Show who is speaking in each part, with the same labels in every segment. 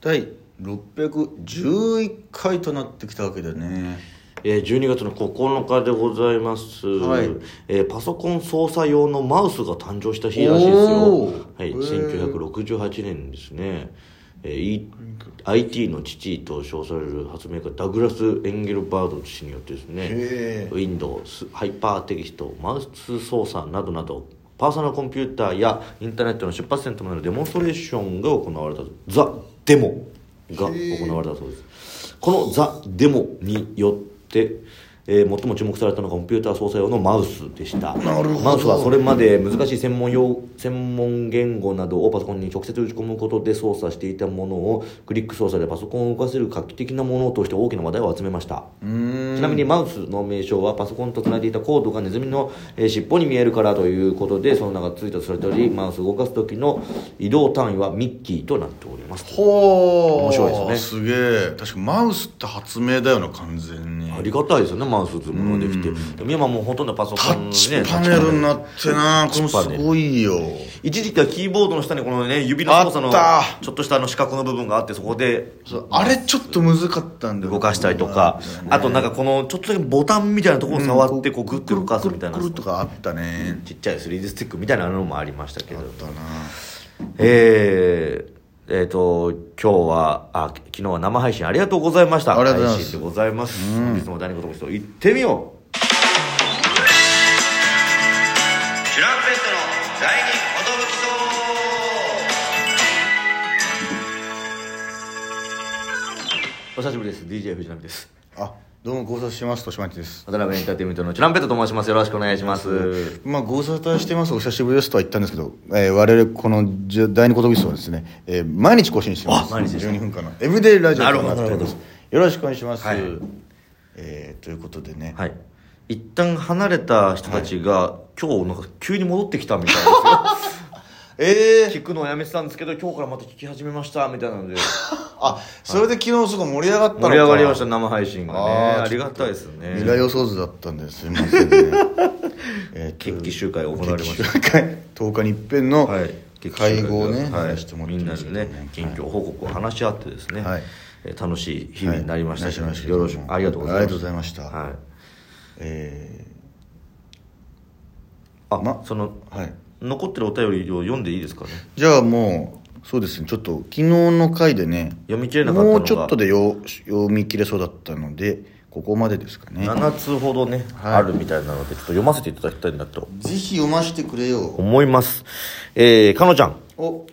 Speaker 1: 第611回となってきたわけだね
Speaker 2: えー、12月の9日でございます、
Speaker 1: はい
Speaker 2: えーパソコン操作用のマウスが誕生した日らしいですよ
Speaker 1: おー、
Speaker 2: はい、
Speaker 1: へー
Speaker 2: 1968年ですね、えー E- IT の父と称される発明家ダグラス・エンゲルバード氏によってですね
Speaker 1: へー
Speaker 2: Windows ハイパーテキストマウス操作などなどパーソナルコンピューターやインターネットの出発点となるデモンストレーションが行われたザ・デモが行われたそうですこのザ・デモによって、えー最も注目されたのがコンピューター操作用のマウスでした
Speaker 1: なるほど
Speaker 2: マウスはそれまで難しい専門用専門言語などをパソコンに直接打ち込むことで操作していたものをクリック操作でパソコンを動かせる画期的なものとして大きな話題を集めました
Speaker 1: うーん
Speaker 2: ちなみにマウスの名称はパソコンとつないでいたコードがネズミの、えー尻尾に見えるからということでその名がついたとされておりマウスを動かす時の移動単位はミッキーとなっております
Speaker 1: ほー
Speaker 2: 面白いですね
Speaker 1: すげえ確かマウスって発明だよな完全に
Speaker 2: ありがたいですよねマウスというものができてでも今もうほとんどパソ
Speaker 1: タ
Speaker 2: コン
Speaker 1: ッ
Speaker 2: の
Speaker 1: チ
Speaker 2: ね
Speaker 1: パネルになってなこれも
Speaker 2: タッチ
Speaker 1: す
Speaker 2: パネル
Speaker 1: ごいよ
Speaker 2: 一時期はキーボードの下にこのね指の操作の
Speaker 1: あった
Speaker 2: ちょっとしたあの四角の部分があってそこで
Speaker 1: そうあれちょっと難かったんで
Speaker 2: 動かしたりとかあとなんかこのちょっとだけボタンみたいなところを触ってこうグッて動かすみたいな
Speaker 1: くるくるくるとかあったね
Speaker 2: ちっちゃい 3D スティックみたいなのもありましたけ
Speaker 1: あ
Speaker 2: ど
Speaker 1: ったな
Speaker 2: えー、えーと今日はあ昨日は生配信ありがとうございました
Speaker 1: ありがとうございます
Speaker 2: 配信でございます本日も第二言と行ってみよう
Speaker 3: チュランペットの第二
Speaker 2: お久しぶりです DJ 藤波です
Speaker 1: あどうもご無沙汰してますとしまちです
Speaker 2: 渡辺エンターテインメントのチュランペットと申しますよろしくお願いします
Speaker 1: まあ、ご無沙汰してますお久しぶりですとは言ったんですけど、えー、我々このじゅ第二ことぎはですね、えー、毎日更新してます
Speaker 2: あ毎日ですか
Speaker 1: 12分間のエブリデイラジオ
Speaker 2: なるほど
Speaker 1: となっておりますよろしくお願いします、
Speaker 2: はい
Speaker 1: えーということでね、
Speaker 2: はい、一旦離れた人たちが、今日なんか急に戻ってきたみたいな
Speaker 1: え
Speaker 2: んです
Speaker 1: ー、
Speaker 2: よ聞くのをやめてたんですけど今日からまた聞き始めましたみたいな ので
Speaker 1: あそれで昨日すごい盛り上がったのか
Speaker 2: 盛り上がりました生配信がね
Speaker 1: あ
Speaker 2: あ
Speaker 1: ー
Speaker 2: りがたいです
Speaker 1: 未来
Speaker 2: ね
Speaker 1: 予想図だったんですいません ねえー
Speaker 2: 決起集会行われました
Speaker 1: 決起集会10日に一遍の
Speaker 2: はい決起
Speaker 1: 会
Speaker 2: 集
Speaker 1: 合をね、
Speaker 2: はい
Speaker 1: やらせてもら
Speaker 2: み
Speaker 1: って
Speaker 2: ん
Speaker 1: ま
Speaker 2: な
Speaker 1: す
Speaker 2: で
Speaker 1: けど
Speaker 2: ね近況報告を話し合ってですね、
Speaker 1: はい
Speaker 2: えー楽しい日々になりましたし、
Speaker 1: はいなりましたけど
Speaker 2: よ
Speaker 1: も
Speaker 2: ろしくありがとうございます
Speaker 1: ありがとうございました
Speaker 2: はい、
Speaker 1: え
Speaker 2: あ、
Speaker 1: ま
Speaker 2: その
Speaker 1: ーはい
Speaker 2: 残ってるお便りを読んでいいですかね
Speaker 1: じゃあもうそうですねちょっと昨日の回でね
Speaker 2: 読み切れなかったのが
Speaker 1: もうちょっとでよ読み切れそうだったのでここまでですかね
Speaker 2: 7通ほどね、あるみたいなのでちょっと読ませていただきたいなと
Speaker 1: ぜひ読ませてくれよ
Speaker 2: 思います。えー、かのちゃん、
Speaker 1: お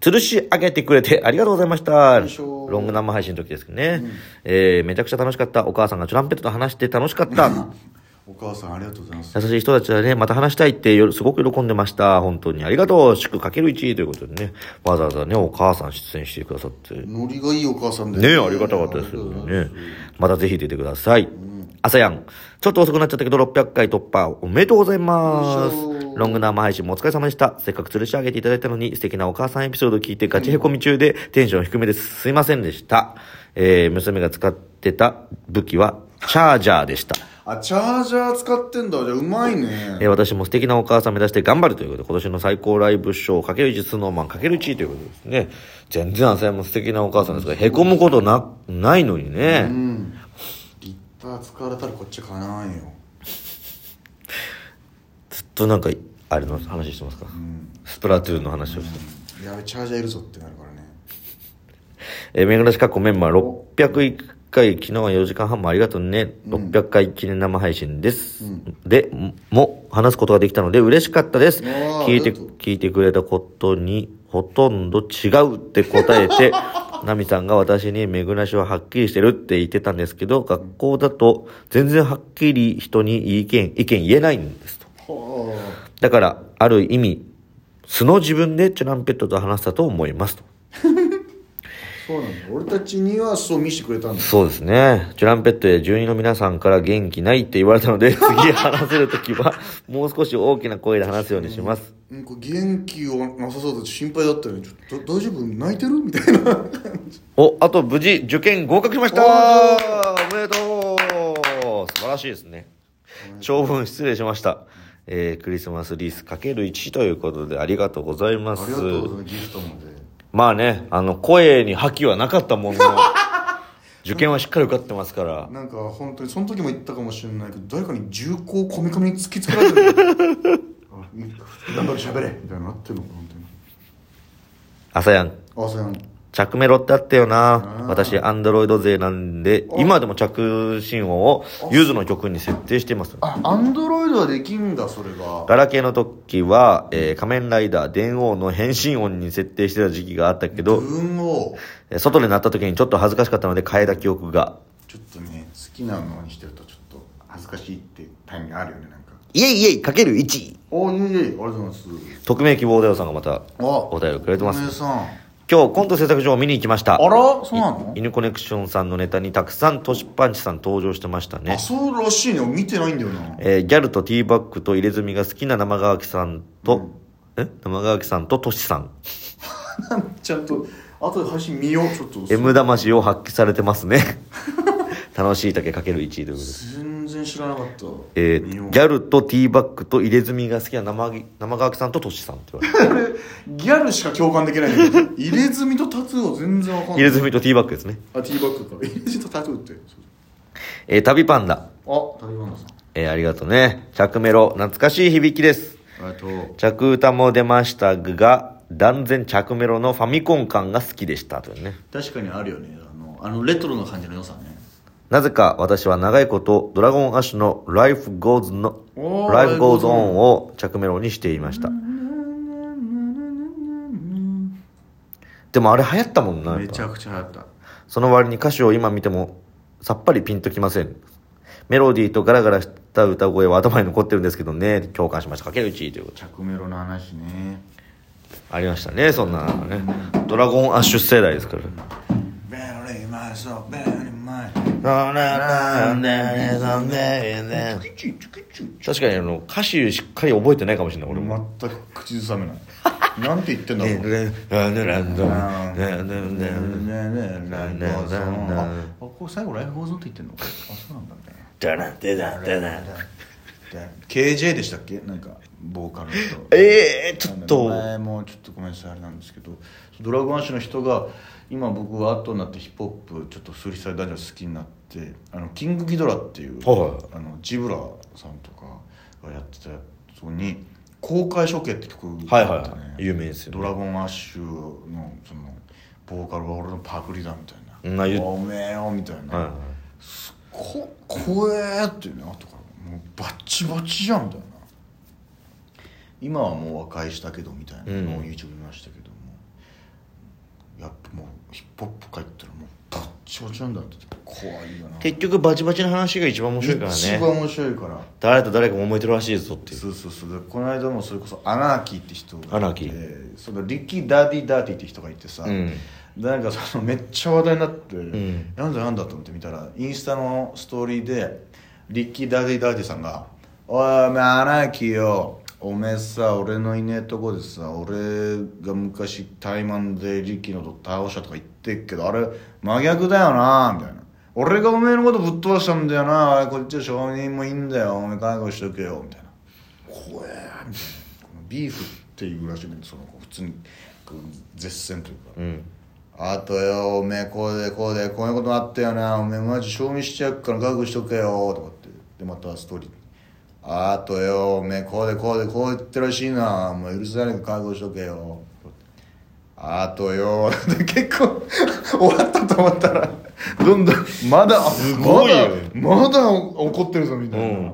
Speaker 2: 吊るし上げてくれてありがとうございました。
Speaker 1: いしょ
Speaker 2: ロング生配信の時ですけどね。えー、めちゃくちゃ楽しかった。お母さんがトランペットと話して楽しかった。
Speaker 1: お母さんありがとうございます
Speaker 2: 優しい人たちはね、また話したいってよすごく喜んでました。本当にありがとう。祝かける1ということでね。わざわざね、お母さん出演してくださって。ね
Speaker 1: ノリがいいお母さんで
Speaker 2: ありがたかったですよね。またぜひ出てください。あさやん、ちょっと遅くなっちゃったけど600回突破おめでとうございます
Speaker 1: よいしょ。
Speaker 2: ロング生配信もお疲れ様でした。せっかく吊るし上げていただいたのに、素敵なお母さんエピソードを聞いてガチへこみ中で、テンション低めです。すいませんでした。えー、娘が使ってた武器は、チャージャーでした。
Speaker 1: あチャージャー使ってんだじゃあうまいね
Speaker 2: えー私も素敵なお母さん目指して頑張るということで、今年の最高ライブ賞、かける1、スノーマン、かける1ということですね。全然浅井も素敵なお母さんですが、凹むことな、ないのにね。
Speaker 1: 立派使われたらこっち買わないよ
Speaker 2: ずっとなんか、あれの話してますか。スプラトゥーンの話をして。
Speaker 1: やべチャージャーいるぞってなるからね
Speaker 2: えー、めぐらしかっこメンバー601回、昨日は4時間半もありがとうね。600回記念生配信です。で、も、話すことができたので嬉しかったです。
Speaker 1: あー
Speaker 2: 聞い
Speaker 1: あり
Speaker 2: て、
Speaker 1: がとう
Speaker 2: 聞いてくれたことにほとんど違うって答え て、ナミさんが私にめぐらしははっきりしてるって言ってたんですけど、学校だと全然はっきり人に意見、意見言えないんですと。
Speaker 1: は
Speaker 2: だから、ある意味、素の自分でチュランペットと話したと思いますと。
Speaker 1: あそうなんだ俺たちにはそう見せてくれたんだ
Speaker 2: そうですね。チュランペットや住人の皆さんから元気ないって言われた ので、次話せるときは、もう少し大きな声で話すようにします。
Speaker 1: なんか元気がなさそうだし心配だったよねちょっと大丈夫泣いてるみたい な
Speaker 2: お、あと無事受験合格しましたおめでとう素晴らしいですね。長文失礼しました。えー、クリスマスリースかける1ということでありがとうございます。
Speaker 1: ギフトまで
Speaker 2: まあねあの声に覇気はなかった ものの受験はしっかり受かってますから
Speaker 1: なんか本当にその時も言ったかもしれないけど誰かに銃口をこめかみに突きつけられてるあ頑張れ喋れみたいになってるのかなみたい
Speaker 2: 朝やん
Speaker 1: なあそうやん
Speaker 2: 着メロってあったよな
Speaker 1: うん
Speaker 2: 私アンドロイド勢なんで
Speaker 1: あ
Speaker 2: 今でも着信音をゆずの曲に設定しています
Speaker 1: あアンドロイドはできんだそれが
Speaker 2: ガラケーの時は、えー仮面ライダー電王の変身音に設定してた時期があったけど、
Speaker 1: 文を
Speaker 2: えー外になった時にちょっと恥ずかしかったので変えた記憶が
Speaker 1: ちょっとね好きなのにしてるとちょっと恥ずかしいってタイミングあるよねなんか
Speaker 2: イエイイエイかける1
Speaker 1: おいえいえありがとうございます
Speaker 2: 匿名希望だよさんがまた
Speaker 1: あ
Speaker 2: お便りくれてます
Speaker 1: お姉さん
Speaker 2: 今日コント制作所を見に行きました
Speaker 1: あらそうなの
Speaker 2: い犬コネクションさんのネタにたくさんトシパンチさん登場してましたね
Speaker 1: あ、そうらしいね俺見てないんだよな
Speaker 2: えーギャルとティーバッグと入れ墨が好きな生川木さんと、え生川木さんとトシさん
Speaker 1: ちゃんと後で配信見ようちょっと
Speaker 2: M 魂を発揮されてま すね楽しいだけかける1ということで
Speaker 1: 全然知らなかった
Speaker 2: え
Speaker 1: 見よ
Speaker 2: ー、
Speaker 1: う
Speaker 2: ギャルとティーバッグと入れ墨が好きな生ぎ生川木さんとトシさんって言 われて
Speaker 1: ギャルしか共感できないんだけど入れ墨とタトゥーを全然わかんない
Speaker 2: 入れ墨とティーバッグですね、
Speaker 1: あティーバッグか入れ墨とタトゥーってそう
Speaker 2: えー、旅パンダ、
Speaker 1: あタリバンダさん
Speaker 2: えー、ありがとうね着メロ懐かしい響きです
Speaker 1: ありがとう
Speaker 2: 着歌も出ましたが断然着メロのファミコン感が好きでしたというね
Speaker 1: 確かにあるよねあのあのレトロな感じの良さね
Speaker 2: なぜか私は長いことドラゴンアッシュの Life Goes, の
Speaker 1: おー
Speaker 2: Life
Speaker 1: Life Goes
Speaker 2: Goes On を着メロにしていましたでもあれ流行ったもんなやっぱ
Speaker 1: めちゃくちゃ流行った
Speaker 2: その割に歌詞を今見てもさっぱりピンときませんメロディーとガラガラした歌声は頭に残ってるんですけどね共感しました竹内ということ
Speaker 1: 着メロの話ね
Speaker 2: ありましたねそんなのねドラゴンアッシュ世代ですから
Speaker 1: ベリーマイソーベリーマイソーチュチュキチュ
Speaker 2: 確かにあの歌詞しっかり覚えてないかもしれない俺も
Speaker 1: 俺全く口ずさめない なんて言ってんだろうあこれ最後ライフ放送って言ってんのあそうなんだね KJ でしたっけなんかボーカルの人
Speaker 2: えーちょっと
Speaker 1: 名前もちょっとごめんなさいあれなんですけどドラゴンアッシュの人が今僕は後になってヒップホップちょっとスリサイダンジョン好きになってあのキングギドラっていう、
Speaker 2: は
Speaker 1: あのジブラさんとかがやってたやつに「公開処刑」って曲
Speaker 2: はい
Speaker 1: があってね
Speaker 2: はい有名ですよね
Speaker 1: ドラゴンアッシュのそのボーカルは俺のパクリだみたい
Speaker 2: うんあ
Speaker 1: な
Speaker 2: 言う
Speaker 1: おめえよ」みたいな、
Speaker 2: はいはい
Speaker 1: こ怖えっていうね後からもうバッチバチじゃんみたいな今はもう和解したけどみたいなのを YouTube 見ましたけども、やっぱもうヒップホップ帰ったらもうバッチバチなんだって怖いよな
Speaker 2: 結局バチバチの話が一番面白いから
Speaker 1: 一
Speaker 2: ね
Speaker 1: 番面白いから
Speaker 2: 誰と誰か揉めてるらしいぞっていう
Speaker 1: そうそうそうでこの間もそれこそアナーキーって人がいて
Speaker 2: アナーキー
Speaker 1: そのリッキー・ダーディー・ダーティーって人がいてさ、
Speaker 2: うん
Speaker 1: でなんかそのめっちゃ話題になって、
Speaker 2: ん
Speaker 1: なんだなんだと思って見たらインスタのストーリーでリッキー・ダーディー・ダーティーさんが「おいお前アナーキーよおめえさ俺のいねえとこでさ俺が昔タイマンでリッキーのこと倒したとか言ってっけどあれ真逆だよな」みたいな。俺がおめえのことぶっ飛ばしたんだよなあれこっちは証人もいいんだよおめえ介護しとけよみたいな怖えみたいなこのビーフっていうらしいねその普通にこう絶戦というか、
Speaker 2: うん
Speaker 1: あとよおめえこうでこうでこういうことあったよなおめえマジ賞味しちゃうから覚悟しとけよとかってでまたストーリーあとよおめえこうでこうでこう言ってるらしいなもう許せないから覚悟しとけよあとよ で結構終わったと思ったらどんどんまだす
Speaker 2: ごいよ
Speaker 1: まだまだ怒ってるぞみたいな、
Speaker 2: うん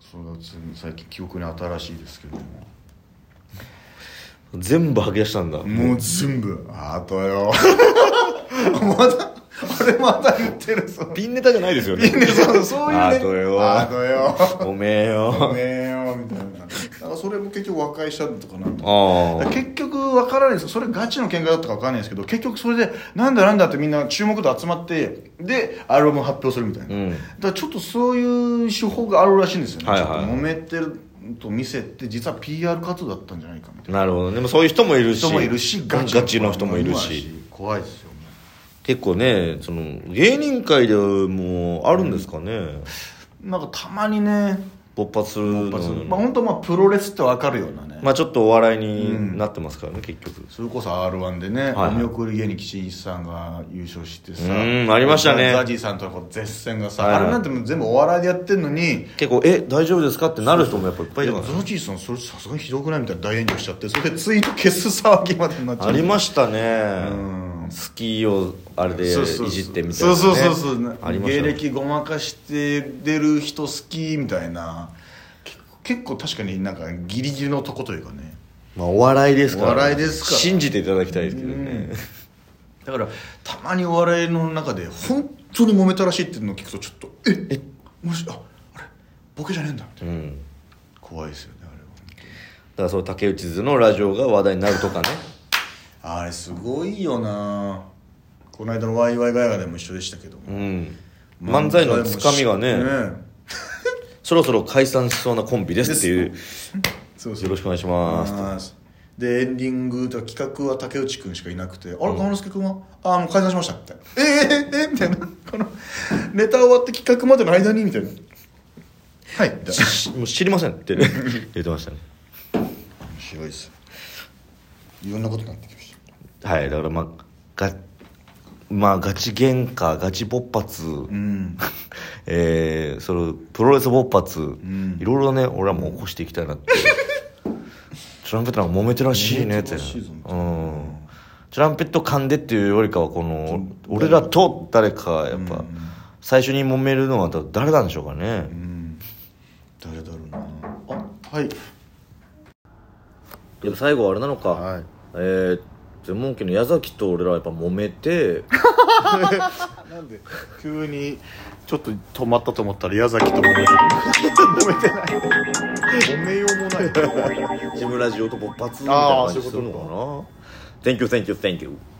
Speaker 1: そうだ最近記憶に新しいですけども
Speaker 2: 全部吐き出したんだ
Speaker 1: もう全部あとよまだあれまだ言ってるぞ
Speaker 2: ピンネタじゃないですよね
Speaker 1: ね そうそういうね
Speaker 2: あとよ
Speaker 1: あとよ
Speaker 2: ごめん
Speaker 1: ご
Speaker 2: よ
Speaker 1: めんよみたいななんかそれも結局和解したんとかなんとか
Speaker 2: ああ
Speaker 1: 結局分からないですそれガチの喧嘩だったか分からないですけど結局それでなんだなんだってみんな注目度集まってでアルバム発表するみたいな、
Speaker 2: うん
Speaker 1: だからちょっとそういう手法があるらしいんですよね、
Speaker 2: はいはい
Speaker 1: ちょっと揉めてると見せて実は PR 活動だったんじゃないかみたいな
Speaker 2: なるほどねでもそういう人もいるし
Speaker 1: 人もいるし
Speaker 2: ガチの人もいるし
Speaker 1: 怖いですよも
Speaker 2: 結構ねその芸人界でもあるんですかね、
Speaker 1: うなんかたまにね
Speaker 2: 勃発するの
Speaker 1: まあ本当まあプロレスって分かるようなね、
Speaker 2: まあちょっとお笑いになってますからね、結局
Speaker 1: それこそ r 1でね、
Speaker 2: はい
Speaker 1: お見送り芸人岸一さんが優勝してさ
Speaker 2: うんありましたね
Speaker 1: ザジーさんとのこう絶戦がさ、
Speaker 2: はいはい
Speaker 1: あれなんてもう全部お笑いでやってんのに
Speaker 2: 結構「え大丈夫ですか?」ってなる人もやっぱいっぱいい
Speaker 1: い
Speaker 2: る
Speaker 1: や
Speaker 2: からね
Speaker 1: ザジーさんそれさすがにひどくないみたいな大炎上しちゃってそれでツイート消す騒ぎまでになっちゃう
Speaker 2: ありましたね
Speaker 1: うん
Speaker 2: スキーをあれでい
Speaker 1: そうそうそう
Speaker 2: じってみたいなね
Speaker 1: そうそうそうそう
Speaker 2: ありまし
Speaker 1: 芸
Speaker 2: たね
Speaker 1: 歴ごまかして出る人好きみたいな結構結構確かになんかギリギリのとこというかね
Speaker 2: まあお笑いですから
Speaker 1: お笑いですから
Speaker 2: 信じていただきたいですけど
Speaker 1: う
Speaker 2: ね
Speaker 1: んだからたまにお笑いの中で本当に揉めたらしいっていうのを聞くとちょっとええもしああれボケじゃねえんだみたい
Speaker 2: うん、
Speaker 1: な怖いですよねあれは
Speaker 2: だからそう竹内図のラジオが話題になるとかね
Speaker 1: あれすごいよなこの間のワイワイガヤガヤでも一緒でしたけど
Speaker 2: う
Speaker 1: も
Speaker 2: ん漫才のつかみがねそろそろ解散しそうなコンビですっていう
Speaker 1: そうそう
Speaker 2: よろしくお願いします
Speaker 1: ますでエンディングとか企画は竹内くんしかいなくて「あれ河之介くんはああもう解散しました」みたいな「えー、えー、えーみたいなこのネタ終わって企画までの間にみたいな「はい」みたいな
Speaker 2: しもう知りませんっ てね言ってましたね
Speaker 1: 白いですいろんなことになってきまし
Speaker 2: はいだからまあがまあガチ喧嘩ガチ勃発、
Speaker 1: たうん
Speaker 2: えーそのプロレス勃発、
Speaker 1: ん
Speaker 2: いろいろね俺はもう起こしていきたい なってトランペットなんか揉めてるらしいねっ
Speaker 1: 揉め
Speaker 2: て
Speaker 1: てるらしいぞみた
Speaker 2: う
Speaker 1: いなん
Speaker 2: トランペット噛んでっていうよりかはこの俺らと誰かやっぱ、
Speaker 1: うん
Speaker 2: 最初に揉めるのは誰なんでしょうかね、
Speaker 1: うん誰だろうなあはい
Speaker 2: でも最後あれなのか、
Speaker 1: はい
Speaker 2: えー、全問家の矢崎と俺らはやっぱ揉 めて
Speaker 1: なんで急にちょっと止まったと思ったら矢崎と揉 めてる 揉めてない揉めようもない
Speaker 2: ジムラジオと勃発みたいな
Speaker 1: あー
Speaker 2: 感じ
Speaker 1: そういう
Speaker 2: す
Speaker 1: こ
Speaker 2: る
Speaker 1: と
Speaker 2: のかな Thank you, thank you, thank you